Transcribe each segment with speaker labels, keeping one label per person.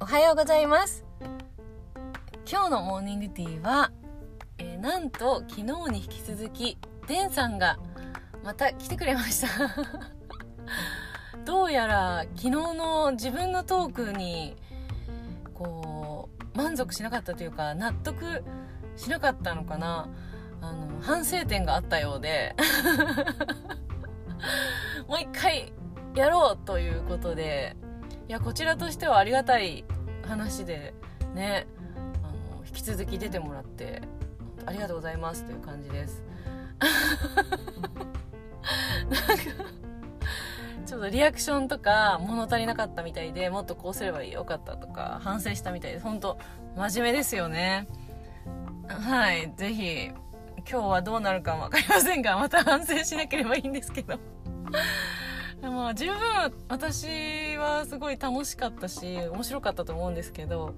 Speaker 1: おはようございます今日のモーニングティーは、えーなんと昨日に引き続きデンさんがまた来てくれました どうやら昨日の自分のトークにこう満足しなかったというか納得しなかったのかなあの反省点があったようで もう一回やろうということでいやこちらとしてはありがたい話でねあの引き続き出てもらって本当ありがとうございますという感じですなんかちょっとリアクションとか物足りなかったみたいでもっとこうすればよかったとか反省したみたいです本当真面目ですよねはいぜひ今日はどうなるか分かりませんがまた反省しなければいいんですけどまあ十分私はすごい楽しかったし面白かったと思うんですけど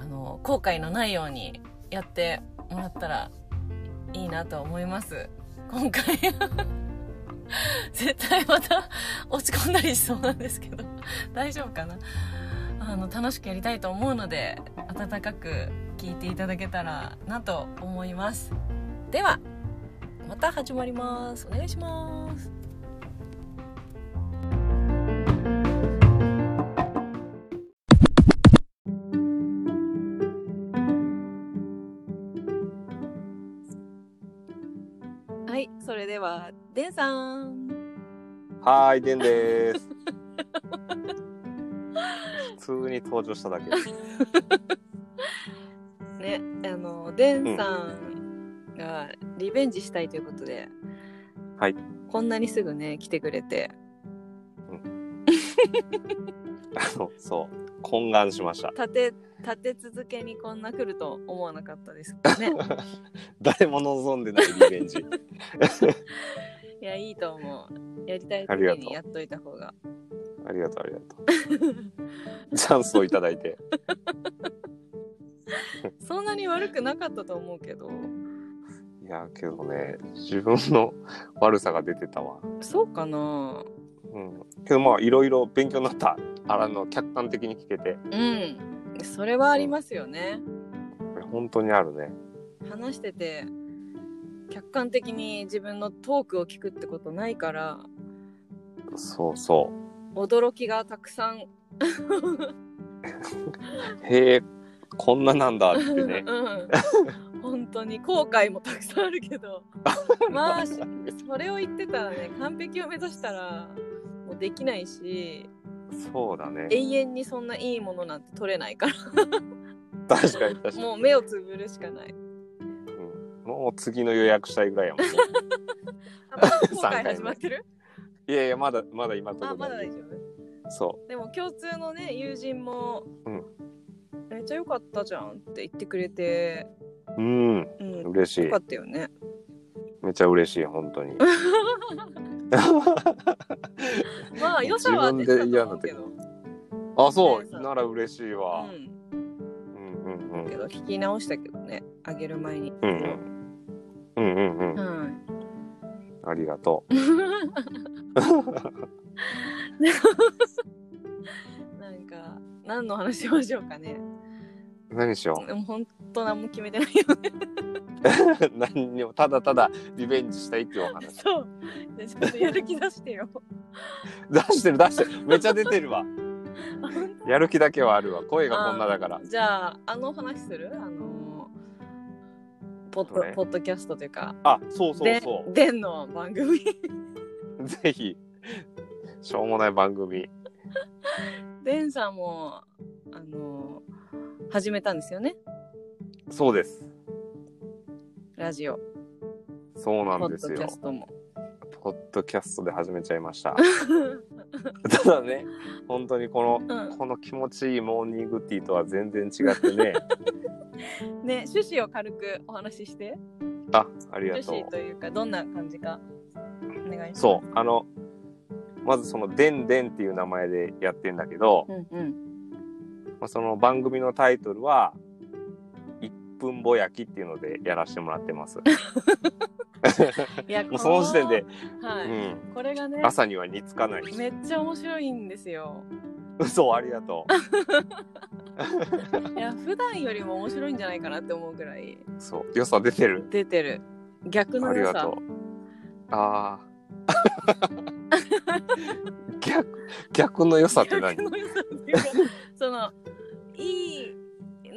Speaker 1: あの後悔のないようにやってもらったらいいなと思います今回 絶対また落ち込んだりしそうなんですけど大丈夫かなあの楽しくやりたいと思うので温かく聞いていただけたらなと思いますではまた始まりますお願いしますはい、それでは、デンさん。
Speaker 2: はーい、でんでーす。普通に登場しただけ。
Speaker 1: ね、あの、デンさんがリベンジしたいということで。
Speaker 2: はい。
Speaker 1: こんなにすぐね、来てくれて。
Speaker 2: あの、そう、懇願しました。
Speaker 1: 立て、立て続けにこんな来ると思わなかったですけど ね。
Speaker 2: 誰も望んでないリベンジ。
Speaker 1: いや、いいと思う。やりたい
Speaker 2: ありが
Speaker 1: 時
Speaker 2: とう
Speaker 1: にやっといた方が。
Speaker 2: ありがとう、ありがとう。チャンスをいただいて。
Speaker 1: そんなに悪くなかったと思うけど。
Speaker 2: いやー、けどね、自分の 悪さが出てたわ。
Speaker 1: そうかな。
Speaker 2: うん。けどまあ、いろいろ勉強になった。あの、客観的に聞けて。
Speaker 1: うん。それはありますよね。
Speaker 2: 本当にあるね。
Speaker 1: 話してて。客観的に自分のトークを聞くってことないから。
Speaker 2: そうそ
Speaker 1: 驚きがたくさん、
Speaker 2: う。へえ、こんななんだって ね。
Speaker 1: うん、本当に後悔もたくさんあるけどまあしそれを言ってたらね完璧を目指したらもうできないし
Speaker 2: そうだね。
Speaker 1: 永遠にそんないいものなんて取れないか
Speaker 2: 確かに確からに。
Speaker 1: もう目をつぶるしかない
Speaker 2: うんもう次の予約したいぐらいやもんね。
Speaker 1: あまだ後
Speaker 2: 三回
Speaker 1: 悔
Speaker 2: 目
Speaker 1: 始まってる
Speaker 2: いやいや、まだ、まだ今のと
Speaker 1: あ
Speaker 2: ころ
Speaker 1: まだ
Speaker 2: 大
Speaker 1: 大
Speaker 2: 丈
Speaker 1: 丈夫
Speaker 2: 夫。そ
Speaker 1: でも共通のね友人も、
Speaker 2: うん
Speaker 1: めっちゃ良かったじゃんって言ってくれて、
Speaker 2: う。うん、
Speaker 1: うん、よ
Speaker 2: 嬉しい
Speaker 1: か。ったよね
Speaker 2: めっちゃ嬉しい、本当に。
Speaker 1: まあ良さは出てたと思うけど、
Speaker 2: あ、そ
Speaker 1: そう
Speaker 2: う、なら嬉しいうわ。
Speaker 1: ん、
Speaker 2: うん、うん、うん
Speaker 1: け。ど聞き直したけどねあげる前に
Speaker 2: うん、うん。うん、うん、うん。
Speaker 1: はい
Speaker 2: ありがと
Speaker 1: なんか何の話しましょうかね
Speaker 2: う。何しよ
Speaker 1: でも本当何も決めてないよね
Speaker 2: う。何にも、ただただリベンジしたいっていうお話。
Speaker 1: そうでちょっとやる気出してよ
Speaker 2: 出してる、出してる。めっちゃ出てるわ。やる気だけはあるわ。声がこんなだから。
Speaker 1: じゃああの話するあのポッ
Speaker 2: ど
Speaker 1: ド
Speaker 2: れ
Speaker 1: ポッドキャストというか
Speaker 2: あ、そうそう
Speaker 1: で
Speaker 2: そ
Speaker 1: でんの番組
Speaker 2: う。ぜひ。しょうもない番組。
Speaker 1: でんさんもあの始めたんですよね
Speaker 2: そうです。
Speaker 1: ラジオ
Speaker 2: そうな
Speaker 1: ポッ
Speaker 2: んで
Speaker 1: ド
Speaker 2: す
Speaker 1: キ
Speaker 2: よ
Speaker 1: ャ。ストも
Speaker 2: ポッドキャストで始めちゃい ました。ただね、本当にこの、
Speaker 1: うん
Speaker 2: この気持ちいいモーニングティーとは全然違っ てね。
Speaker 1: ね趣旨を軽くお話しして
Speaker 2: あ、ありがと
Speaker 1: 趣
Speaker 2: う
Speaker 1: 旨。というかどんな感じかお願いします
Speaker 2: そう、あの、まずその、でんでんっていう名前でやってんだけど、
Speaker 1: うんうん
Speaker 2: まあ、その番組のタイトルは、1分ぼやきっていうのでやらせてもらってます。
Speaker 1: いや
Speaker 2: もうその時点で、、
Speaker 1: このは
Speaker 2: う
Speaker 1: い
Speaker 2: ん、
Speaker 1: これがね
Speaker 2: 朝には似つかない。
Speaker 1: めっちゃ面白いんですよ
Speaker 2: 嘘、ありがと。
Speaker 1: いや普段よりも面白いんじゃないかなって思うぐらいう
Speaker 2: そう、良さ出てる。
Speaker 1: 出てる逆
Speaker 2: あ
Speaker 1: の
Speaker 2: り
Speaker 1: 良さ
Speaker 2: がとう。ああ。 逆、逆の良さって何
Speaker 1: 逆の良さっていうかそのいい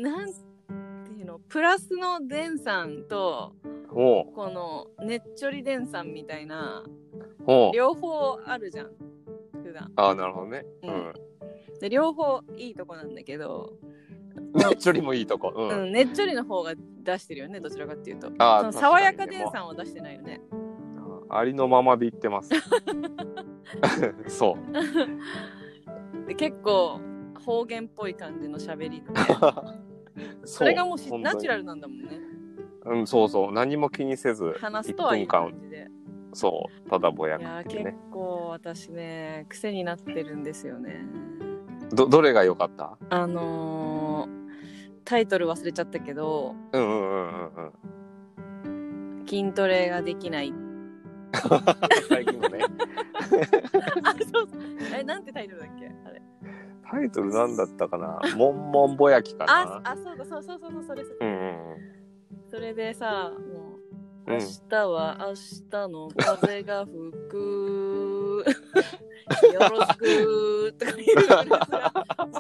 Speaker 1: なんていうのプラスのデンさんと
Speaker 2: ほ
Speaker 1: このねっちょりデンさんみたいな
Speaker 2: う、ほう。
Speaker 1: 両方あるじゃん普段
Speaker 2: ああ、なるほどね。う
Speaker 1: うん
Speaker 2: ん。
Speaker 1: で両方いいとこなんだけど、
Speaker 2: ねっちょりもいいとこ。う。
Speaker 1: うんん、ねっちょりの方が出してるよねどちらかっていうと
Speaker 2: あ
Speaker 1: その爽やかデンさんは出してないよね
Speaker 2: ん。ありのままで言ってます。 そう。
Speaker 1: で結構方言っぽい感じの喋 りで
Speaker 2: そ
Speaker 1: それがもうし
Speaker 2: 本当
Speaker 1: ナ
Speaker 2: に
Speaker 1: チュラルなんだもんね
Speaker 2: うん、そうそう。何も気にせず、
Speaker 1: 話すとはいい
Speaker 2: 1分
Speaker 1: 感じで
Speaker 2: 間、そう、ただぼや
Speaker 1: いやー
Speaker 2: くってい
Speaker 1: 結
Speaker 2: うね。
Speaker 1: 構私ね癖になってるんですよね
Speaker 2: ど、どれが良かった
Speaker 1: あのータイトル忘れちゃったけど
Speaker 2: うんうんうんうんうん。
Speaker 1: 筋トレができ ない
Speaker 2: 最近のね。
Speaker 1: あそうそうえなんてタイトルだっけあれ
Speaker 2: タイトルなんだった かなもんもんぼやきか
Speaker 1: あ
Speaker 2: な
Speaker 1: あそうだそうそうそうそうそれそれ
Speaker 2: うんうんうん。
Speaker 1: それでさもう
Speaker 2: う
Speaker 1: 明
Speaker 2: ん
Speaker 1: 日は明日の風が吹く よろしくとか言うフレーズが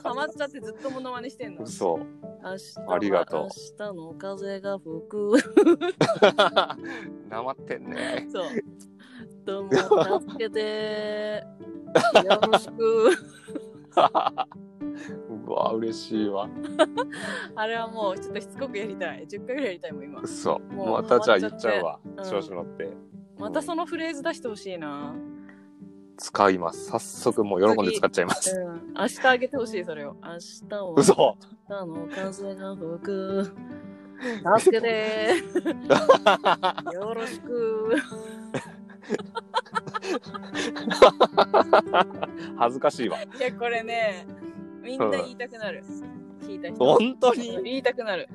Speaker 1: ハマっちゃってずっとモノマネしてんの
Speaker 2: 嘘。
Speaker 1: 明日
Speaker 2: ありが
Speaker 1: は
Speaker 2: とう
Speaker 1: 明日の風が吹く
Speaker 2: なまってんね。
Speaker 1: そうどうも助けてよろしく
Speaker 2: うわ、嬉しいわ。
Speaker 1: あれはもうちょっとしつこくやりたい10回ぐらいやりたいもん今
Speaker 2: 嘘。
Speaker 1: もう
Speaker 2: またじゃあ言っちゃうわ
Speaker 1: まっ。ちゃ
Speaker 2: 調
Speaker 1: って
Speaker 2: 子乗って。
Speaker 1: またそのフレーズ出してほしいな
Speaker 2: 使います。早速もう喜んで使っちゃいます。
Speaker 1: うん明日あげてほしいそれを明日は
Speaker 2: 嘘。
Speaker 1: あの風が吹 く。助け てー。よろしく。
Speaker 2: 恥ずかしいわ。
Speaker 1: いや、これね、みんな言いたくなる。聞いた人。
Speaker 2: 本当に
Speaker 1: 言いたくなる。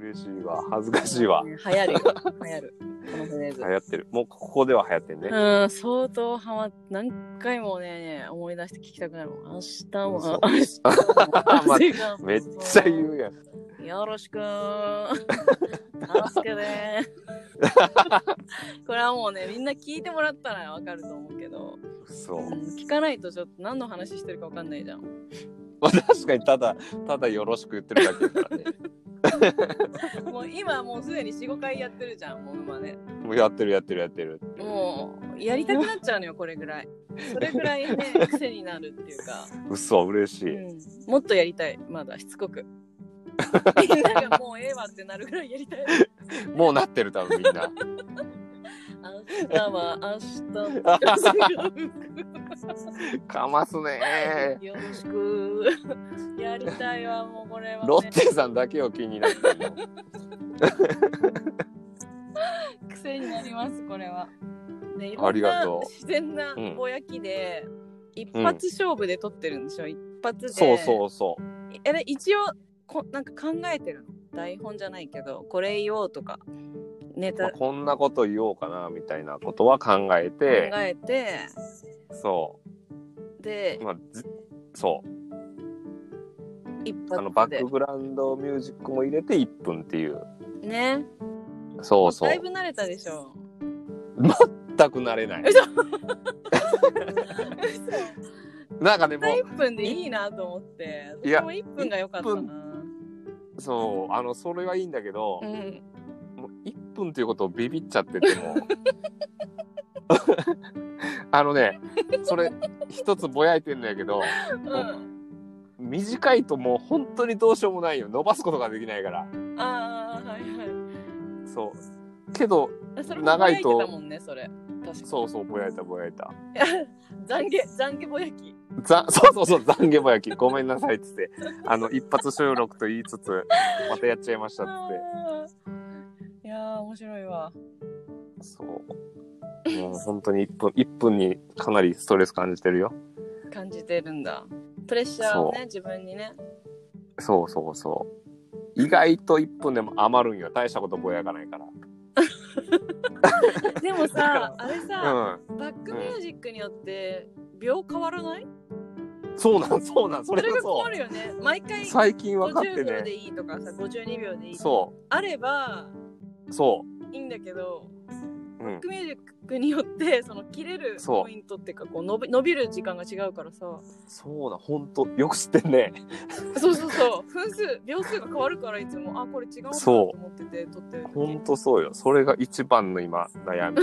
Speaker 2: 嬉しいわ。恥ずかしいわ。
Speaker 1: 流行るよ。流行る。このフレーズ
Speaker 2: 流。行ってる。もうここでは流行ってんね。
Speaker 1: うん、相当ハマっ何回もね、思い出して聞きたくなるもん。明日 は、明日は風が吹く
Speaker 2: めっちゃ言うやん。
Speaker 1: よろしくー。助けて ー。これはもうね、みんな聞いてもらったらわかると思うけど、
Speaker 2: 嘘。
Speaker 1: うん聞かないとちょっと何の話してるかわかんないじゃん。
Speaker 2: まあ確かにただ、ただよろしく言ってるだけだからね。
Speaker 1: もう今もうすでに4、5回やってるじゃん、ものまね。
Speaker 2: もうやってるやってるやってる。
Speaker 1: もうやりたくなっちゃうのよ、これぐらい。それぐらいね、癖になるっていうか、
Speaker 2: 嘘、嬉し
Speaker 1: う
Speaker 2: い。
Speaker 1: ん、もっとやりたい、まだしつこく。みんながもうええわってなるぐらいやりたい。
Speaker 2: もうなってる多分みんな。
Speaker 1: 明日は明日も風が吹く。
Speaker 2: かますね
Speaker 1: よろしく。 やりたいわ、もうこれは、ね。
Speaker 2: ロッテさんだけを気に なってるよ
Speaker 1: 癖になります、これは。ね、い
Speaker 2: あ
Speaker 1: ろん
Speaker 2: りが
Speaker 1: な
Speaker 2: とう
Speaker 1: 自然な
Speaker 2: うん
Speaker 1: ぼやきで、一発勝負で撮ってるんでしょ、一発で。
Speaker 2: そう
Speaker 1: う。
Speaker 2: そうそう。
Speaker 1: え、で一応こ、なんか考えてるの。台本じゃないけど、これ言おうとか、ネ
Speaker 2: まあ
Speaker 1: タ考
Speaker 2: こんなこと言おうかなみたいなことは考えて、
Speaker 1: えて、
Speaker 2: そ
Speaker 1: で
Speaker 2: う、、まあ、ずそう
Speaker 1: 一
Speaker 2: あの
Speaker 1: 発
Speaker 2: バ
Speaker 1: で
Speaker 2: ック。グラウンドミュージックも入れて1分っていう
Speaker 1: ね。
Speaker 2: そうそ
Speaker 1: だ
Speaker 2: う
Speaker 1: いぶ慣れたでしょ。
Speaker 2: 全くなれない なんかでも
Speaker 1: 1分でいいなと思って。
Speaker 2: いや
Speaker 1: でも1分が良かった
Speaker 2: 一
Speaker 1: な。
Speaker 2: そうあのそれはいいんだけど
Speaker 1: う、ん。
Speaker 2: もう1分っていうことをビビっちゃってて も あのねそれ一つぼやいてんだけど
Speaker 1: うん。
Speaker 2: 短いともう本当にどうしようもないよ伸ばすことができないから
Speaker 1: ああ、はいは
Speaker 2: そうけど
Speaker 1: い。それも
Speaker 2: 長いと
Speaker 1: ぼやいてたもんね、それ。確か
Speaker 2: そうそうぼやいたぼやいた
Speaker 1: に。 懺悔、懺悔ぼやき。
Speaker 2: ざ そうそうそう懺悔ぼやきごめんなさいっつってあの一発収録と言いつつまたやっちゃいましたっつっ
Speaker 1: あーいやー、面白いわ。
Speaker 2: てそうもう本当に1分1分にかなりストレス感じてるよ
Speaker 1: 感じてるんだ。プレッシャーをね、自分にね。
Speaker 2: そうそうそう意外と1分でも余るんよ大したことぼやかないから
Speaker 1: でもさ
Speaker 2: だ、
Speaker 1: あれさ、
Speaker 2: う
Speaker 1: バックミュージックによって秒変わらない？
Speaker 2: ん。そうなん、そうなん、そ
Speaker 1: そ
Speaker 2: れ
Speaker 1: れ
Speaker 2: が
Speaker 1: が
Speaker 2: そ
Speaker 1: 困るよね。毎
Speaker 2: う。
Speaker 1: 回
Speaker 2: 最近分かって
Speaker 1: 50秒で
Speaker 2: ね。
Speaker 1: いいとかさ、52秒でいい。
Speaker 2: そ
Speaker 1: あれば
Speaker 2: う、そ
Speaker 1: いいんだけど、
Speaker 2: う。うん
Speaker 1: バッ。クミュージックによってその切れる
Speaker 2: そう
Speaker 1: ポイントっていうかこう伸び伸びる時間が違うからさ、
Speaker 2: そうだ、本当よく知ってんね。
Speaker 1: そうそうそう。 分数秒数が変わるからいつもあこれ違うなと
Speaker 2: そう
Speaker 1: 思ってて撮ってる
Speaker 2: ほ
Speaker 1: 時
Speaker 2: ん。とそうよ。それが一番の今、悩み。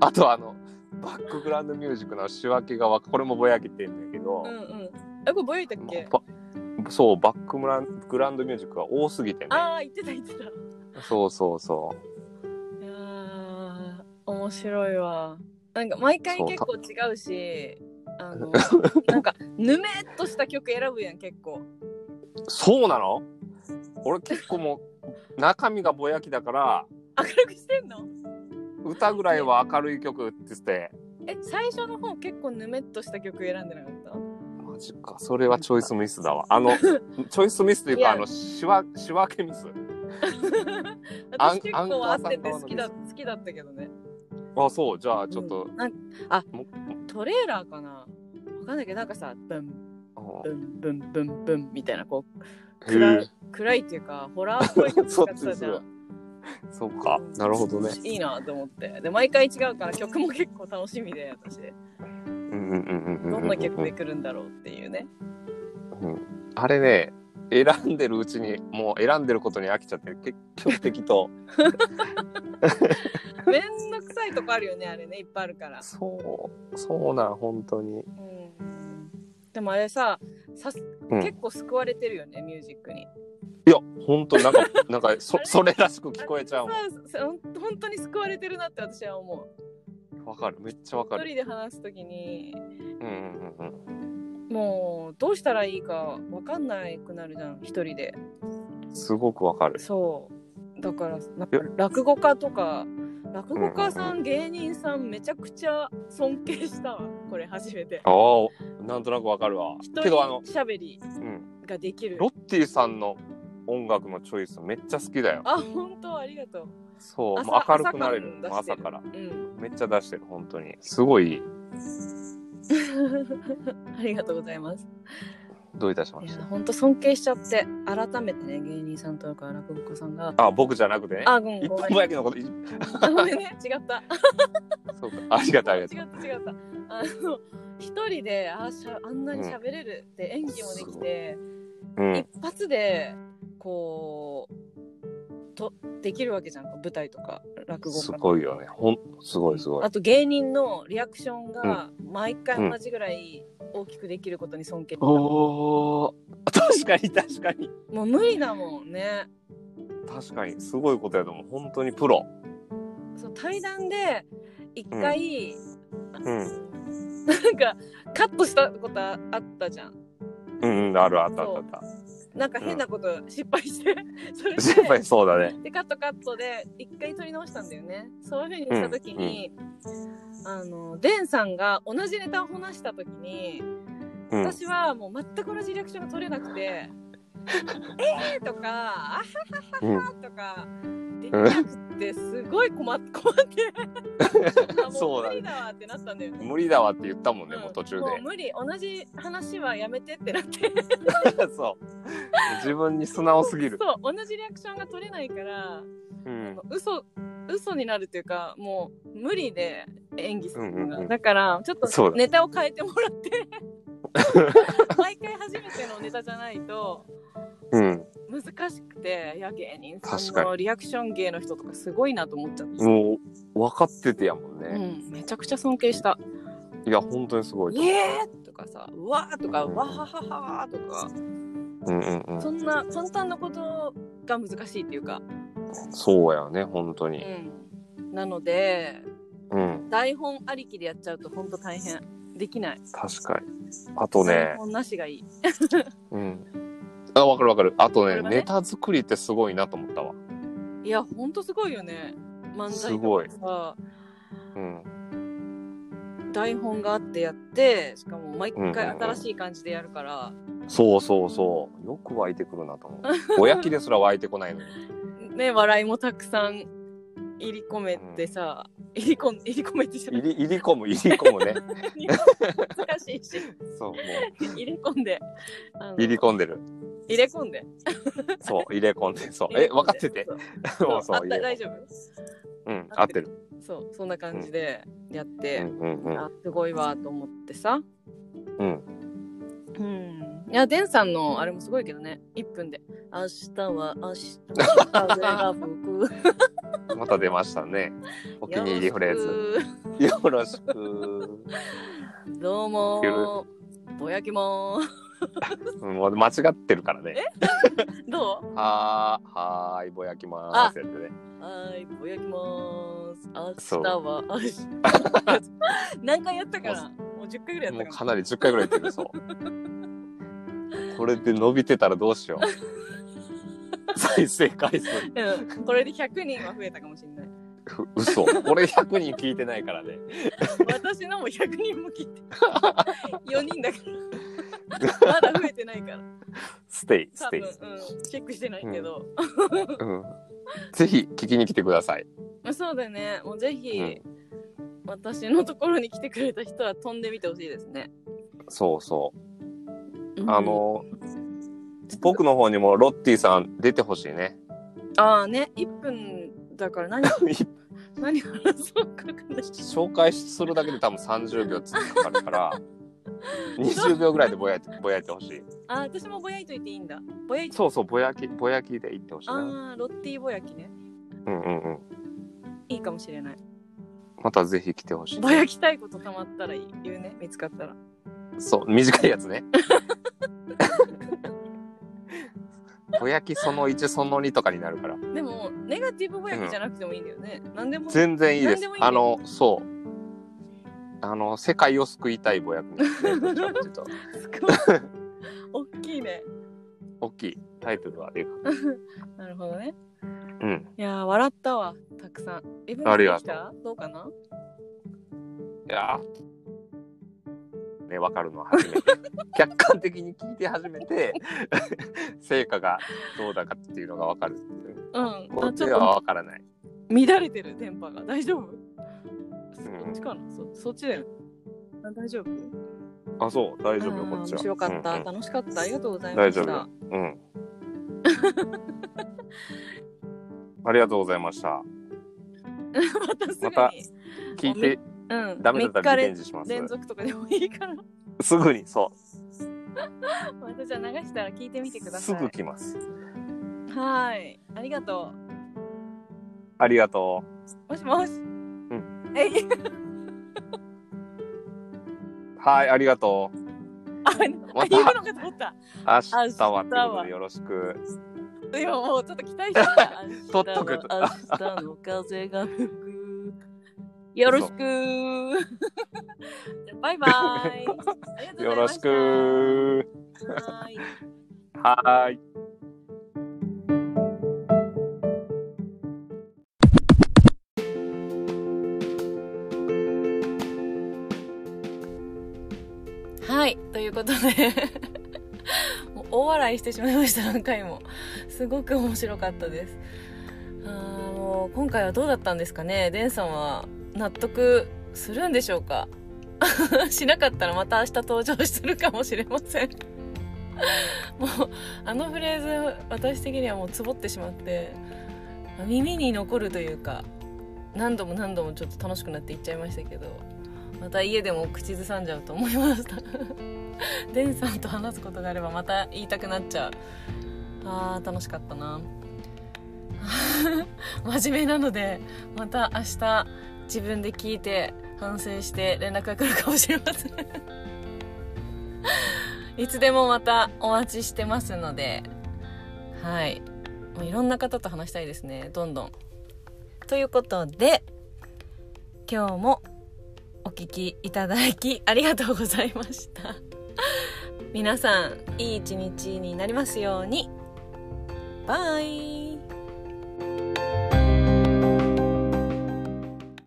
Speaker 2: あとあの、バックグラウンドミュージックの仕分けがわ、これもぼやけてんだけど、
Speaker 1: うんうん。あこれぼやいたっ
Speaker 2: も
Speaker 1: け
Speaker 2: う？ばそう、バックグラウングラウンドミュージックが多すぎてね。
Speaker 1: ああ言ってた言ってた。
Speaker 2: そうそうそ
Speaker 1: いやー面白いわなんか毎回
Speaker 2: そう
Speaker 1: 結構違うしあ のなんかぬめっとした曲選ぶやん結構
Speaker 2: う。そうなの俺結構もう、中身がぼやきだから、
Speaker 1: 明るくしてんの
Speaker 2: 歌ぐらいは明るい曲って言って、
Speaker 1: え最初の方結構ぬめっとした曲選んでなかった
Speaker 2: マジか、それはチョイスミスだわ。あの、チョイスミスとい
Speaker 1: い
Speaker 2: うか、
Speaker 1: や
Speaker 2: あの、仕分仕分けミス。アン
Speaker 1: 私結構合ってて好き
Speaker 2: ア
Speaker 1: だ
Speaker 2: ン
Speaker 1: 好きだったけどね
Speaker 2: あ、そう、じゃあちょっと
Speaker 1: う、んなんあ
Speaker 2: も
Speaker 1: トレーラーかなわかんないけどなんかさブンブンブンブンブンみたいなこう
Speaker 2: へー
Speaker 1: 暗い暗いっていうかホラーっぽい曲
Speaker 2: そ
Speaker 1: 使
Speaker 2: っ
Speaker 1: っ
Speaker 2: ち
Speaker 1: て
Speaker 2: に
Speaker 1: た
Speaker 2: す
Speaker 1: じゃん
Speaker 2: る。そうか、なるほどね。
Speaker 1: いいなと思って。で、毎回違うから曲も結構楽しみで、私。
Speaker 2: うんうんうんうんうん
Speaker 1: ど
Speaker 2: うん
Speaker 1: んな曲で来るんだろうっていうね。
Speaker 2: あれね、選んでるうちに、もう選んでることに飽きちゃって、結局的と。
Speaker 1: めんどくさいとこあるよね、あれね。いっぱいあるから。
Speaker 2: そう、そうなん、本当に。
Speaker 1: うん。でもあれさ、さす
Speaker 2: うん
Speaker 1: 結構救われてるよね、ミュージックに。
Speaker 2: いや、本当なんか、 なんか、そ、それらしく聞こえちゃうも
Speaker 1: さほん本当に救われてるなって私は思う。
Speaker 2: ん。わかる、めっちゃわか
Speaker 1: 一
Speaker 2: る。
Speaker 1: 人で話すときに、
Speaker 2: うんうんうんうん。
Speaker 1: もうどうしたらいいかわかんないくなるじゃん、一人で。
Speaker 2: すごくわかる。
Speaker 1: そうだからなん
Speaker 2: い
Speaker 1: か
Speaker 2: や
Speaker 1: 落語家とか落語家さん、芸人さんめちゃくちゃ尊敬したわこれ初めて
Speaker 2: ああ、なんとなくわかるわ
Speaker 1: 一。
Speaker 2: けど、あの
Speaker 1: 人、しゃべり
Speaker 2: うん、
Speaker 1: ができる
Speaker 2: ロッティさんの音楽のチョイス、めっちゃ好きだよ。
Speaker 1: あ本当ありがとう
Speaker 2: そう、もう
Speaker 1: 朝
Speaker 2: 明るくなれる。もう
Speaker 1: 朝
Speaker 2: 朝
Speaker 1: か
Speaker 2: からら。
Speaker 1: うん
Speaker 2: めっちゃ出してる、本当に。すごいいい。
Speaker 1: ありがとうございます
Speaker 2: どういたしま
Speaker 1: い
Speaker 2: し
Speaker 1: や本当尊敬しちゃって改めてね芸人さんとか落語家さんが
Speaker 2: た。あ、僕じゃなくてね。
Speaker 1: あごめん
Speaker 2: 一
Speaker 1: ご
Speaker 2: 本
Speaker 1: め
Speaker 2: ぼ
Speaker 1: ん
Speaker 2: やきのこと、い
Speaker 1: あごめんね違った
Speaker 2: そうか。ありがとう、ありがと
Speaker 1: 違った違ったあの一人であしゃあんなに喋れるって演技もできて、
Speaker 2: う。うん
Speaker 1: 一。発でこうとできるわけじゃんか舞台とか落語
Speaker 2: す
Speaker 1: 家の
Speaker 2: ごいよね。ほん、すごいすごい
Speaker 1: あ。と芸人のリアクションが毎回同じぐらい大きくできることに尊敬、
Speaker 2: おお。確かに、確かに。
Speaker 1: もう無理だもんね
Speaker 2: 確かに、すごいことやと思う。本当にプロ。
Speaker 1: そう対談で一回、
Speaker 2: うん。
Speaker 1: なんかカットしたことあったじゃん
Speaker 2: うん、うん、ある、あった、あった、あっ
Speaker 1: なんか変なこと失敗 して、それ
Speaker 2: た。
Speaker 1: で
Speaker 2: 心配そうだね。
Speaker 1: でカットカットで一回撮り直したんだよねそういうふうにした時に、あのデンさんが同じネタをこなした時に
Speaker 2: うん。
Speaker 1: 私はもう全く同じリアクションが取れなく て「えー!」とか「あは
Speaker 2: うん
Speaker 1: はは」とかできなくてすごい 困っ困ってあも
Speaker 2: そう
Speaker 1: う
Speaker 2: だね
Speaker 1: 無理だわってなったんだよね。
Speaker 2: 無理だわって言ったもんね、
Speaker 1: うん
Speaker 2: もう途中
Speaker 1: も
Speaker 2: で
Speaker 1: う。無理同じ話はやめてってなって
Speaker 2: そう。自分に素直すぎる。
Speaker 1: そう同じリアクションが取れないから
Speaker 2: うん。
Speaker 1: 嘘嘘になるというかもう無理で演技するのが、
Speaker 2: うんうんうん
Speaker 1: だからちょっ
Speaker 2: そう
Speaker 1: と
Speaker 2: だ
Speaker 1: ネタを変えてもらって 毎回初めてのネタじゃないと
Speaker 2: うん。
Speaker 1: 難しくていや芸人
Speaker 2: 確
Speaker 1: さ
Speaker 2: か
Speaker 1: んのリアクション芸の人とかすごいなと思っちゃった、
Speaker 2: もう、分かっててやもん
Speaker 1: う
Speaker 2: ね。
Speaker 1: ん、めちゃくちゃ尊敬した
Speaker 2: いや、本当にす
Speaker 1: 「
Speaker 2: ごいと
Speaker 1: イエー!」とかさ「うわー!」とか「
Speaker 2: うん
Speaker 1: わはははー!」とか
Speaker 2: 思う。うん、うん、うん。
Speaker 1: そんな簡単なことが難しいっていうか、
Speaker 2: そうやね、本当に。
Speaker 1: うん、なので
Speaker 2: うん。
Speaker 1: 台本ありきでやっちゃうとほんと大変できない
Speaker 2: 確かに。あとね
Speaker 1: 台、本なしがいい
Speaker 2: うん。あ、わかるわかる。あと
Speaker 1: こ
Speaker 2: ね、
Speaker 1: れがね
Speaker 2: ネタ作りってすごいなと思ったわ。
Speaker 1: いや、ほんとすごいよね。漫才
Speaker 2: すごい
Speaker 1: とか
Speaker 2: うん。
Speaker 1: さ、台本があってやって、しかも毎
Speaker 2: うんうん
Speaker 1: 回
Speaker 2: うん
Speaker 1: 新しい感じでやるから、
Speaker 2: そうそう そう。よく湧いてくるなと思う。ぼやきですら湧いてこないのに。
Speaker 1: ね、笑いもたくさん入り込めてさ、入り込ん入り込めてしま
Speaker 2: 入
Speaker 1: う
Speaker 2: り入り込む入り込むね
Speaker 1: 難しいし
Speaker 2: そうもう
Speaker 1: 入れ込んであの
Speaker 2: 入り込んでる
Speaker 1: 入れ込んで
Speaker 2: そう入れ込んでそう
Speaker 1: 入れ
Speaker 2: え
Speaker 1: 込んで
Speaker 2: 分かってて
Speaker 1: そう そう
Speaker 2: そうそう
Speaker 1: あ
Speaker 2: 入
Speaker 1: 大
Speaker 2: れ
Speaker 1: 大丈夫
Speaker 2: うん合ってる
Speaker 1: そうそんな感じでやっ
Speaker 2: う
Speaker 1: て、
Speaker 2: んうんうん
Speaker 1: あすごいわと思ってさ
Speaker 2: うん
Speaker 1: うんいやデンさんのあれもすごいけどね1分で「明日は明日風が吹く
Speaker 2: また出ましたね」 お気に入りフレーズ
Speaker 1: ズ
Speaker 2: よろしく
Speaker 1: どうもぼやきもー
Speaker 2: うんもう間違ってるからね
Speaker 1: どう
Speaker 2: はーはーいぼやきまーすやってね
Speaker 1: はいぼやきもーす
Speaker 2: そ
Speaker 1: 明
Speaker 2: う
Speaker 1: 日は明日 何回やったかなもう10回ぐらいや
Speaker 2: も
Speaker 1: っ
Speaker 2: う
Speaker 1: た
Speaker 2: か
Speaker 1: か
Speaker 2: なり10回ぐらい言ってるそう これで伸びてたらどうしよう 再生回数
Speaker 1: な、うん、これで100人は増えたかもしれない
Speaker 2: ふ嘘俺100人聞いてないからね
Speaker 1: 私のも100人も切 って4人だからまだ増えてないから
Speaker 2: ステイス
Speaker 1: 多
Speaker 2: テ
Speaker 1: 分、う
Speaker 2: イ、
Speaker 1: ん、チェックしてないけど、
Speaker 2: うん、ぜひ聞きに来てください
Speaker 1: まあそうだよねもうぜひ、
Speaker 2: うん
Speaker 1: 私のところに来てくれた人は飛んでみてほしいですね、
Speaker 2: そうそう
Speaker 1: うん
Speaker 2: あの、僕の方にもロッティさん出てほしいね
Speaker 1: ああね1分だから 何何話そうか分かんない
Speaker 2: 紹介するだけで多分30秒つかかるから20秒ぐらいでぼやいてぼやいてほしい
Speaker 1: あー私もぼやいといていいんだぼやい
Speaker 2: そうそうぼやきぼやきで言ってほしいな
Speaker 1: ああロッティぼやきね
Speaker 2: うんうんうん
Speaker 1: いいかもしれない
Speaker 2: またぜひ来てほしい
Speaker 1: ぼやきたいことたまったら言うね見つかったら
Speaker 2: そう短いやつね ぼやきその1その2とかになるから
Speaker 1: でもネガティブぼやきじゃなくてもいいんだよね、何でも
Speaker 2: 全然いいで
Speaker 1: 何
Speaker 2: す。
Speaker 1: でもいいね
Speaker 2: あの、そう。あの、世界を救いたい ぼやくですね。どちらかというと
Speaker 1: 大きいね
Speaker 2: 大きいタイトルはでか
Speaker 1: なるほどね
Speaker 2: うん。
Speaker 1: いやー笑ったわたくさんえ
Speaker 2: ありがとう
Speaker 1: たどうかない
Speaker 2: やーね、わかるのは 初めて。客観的に聞いて初めて、成果がどうだかっていうのがわかる。
Speaker 1: うん
Speaker 2: こ
Speaker 1: あ
Speaker 2: っ
Speaker 1: ち
Speaker 2: ち
Speaker 1: ょっ
Speaker 2: は
Speaker 1: と
Speaker 2: わからない。
Speaker 1: 乱れてる電波が大丈夫こ
Speaker 2: ん
Speaker 1: っちかなそそっちだよねあ大丈夫
Speaker 2: あ、そう、大
Speaker 1: 大
Speaker 2: 丈夫よ、こっちは。
Speaker 1: 面白かった、
Speaker 2: うん
Speaker 1: 楽しかったありがとうございま
Speaker 2: 大
Speaker 1: し
Speaker 2: 丈
Speaker 1: た
Speaker 2: 夫ようん。うんありがとうございました。
Speaker 1: またすぐに、
Speaker 2: また聞いて
Speaker 1: うん、
Speaker 2: ダメだったらリベ
Speaker 1: 3
Speaker 2: ンジしま
Speaker 1: 日
Speaker 2: す。
Speaker 1: 連続とかでもいいから
Speaker 2: すぐに、そう。
Speaker 1: またじゃあ流したら聞いてみてください
Speaker 2: すぐ来ます。
Speaker 1: はいありがと
Speaker 2: ありがと
Speaker 1: うもしもしうんえい
Speaker 2: う。はい、ありがとう。
Speaker 1: あ言うの
Speaker 2: ま
Speaker 1: か
Speaker 2: た
Speaker 1: と思った
Speaker 2: 明日はってことでよろしく。
Speaker 1: 今もうちょっと期待してた。
Speaker 2: 撮っとく
Speaker 1: 明日の明日の風が吹く。よろしく。 じゃあバイ バイ。ありがとうご
Speaker 2: よ
Speaker 1: ざいま
Speaker 2: ろ
Speaker 1: し。
Speaker 2: したく。
Speaker 1: はい。
Speaker 2: はーい。
Speaker 1: はい、ということで もう大笑いしてしまいました何回もすごく面白かったですあーもう今回はどうだったんですかねデンさんは納得するんでしょうか しなかったらまた明日登場するかもしれませんもうあのフレーズ私的にはもうつぼってしまって耳に残るというか何度も何度もちょっと楽しくなっていっちゃいましたけどまた家でも口ずさんじゃうと思いました デンさんと話すことがあればまた言いたくなっちゃうあー楽しかったな 真面目なのでまた明日自分で聞いて反省して連絡が来るかもしれません いつでもまたお待ちしてますのではいもういろんな方と話したいですねどんどんということで今日もお聞きいただきありがとうございました皆さんいい一日になりますようにバイ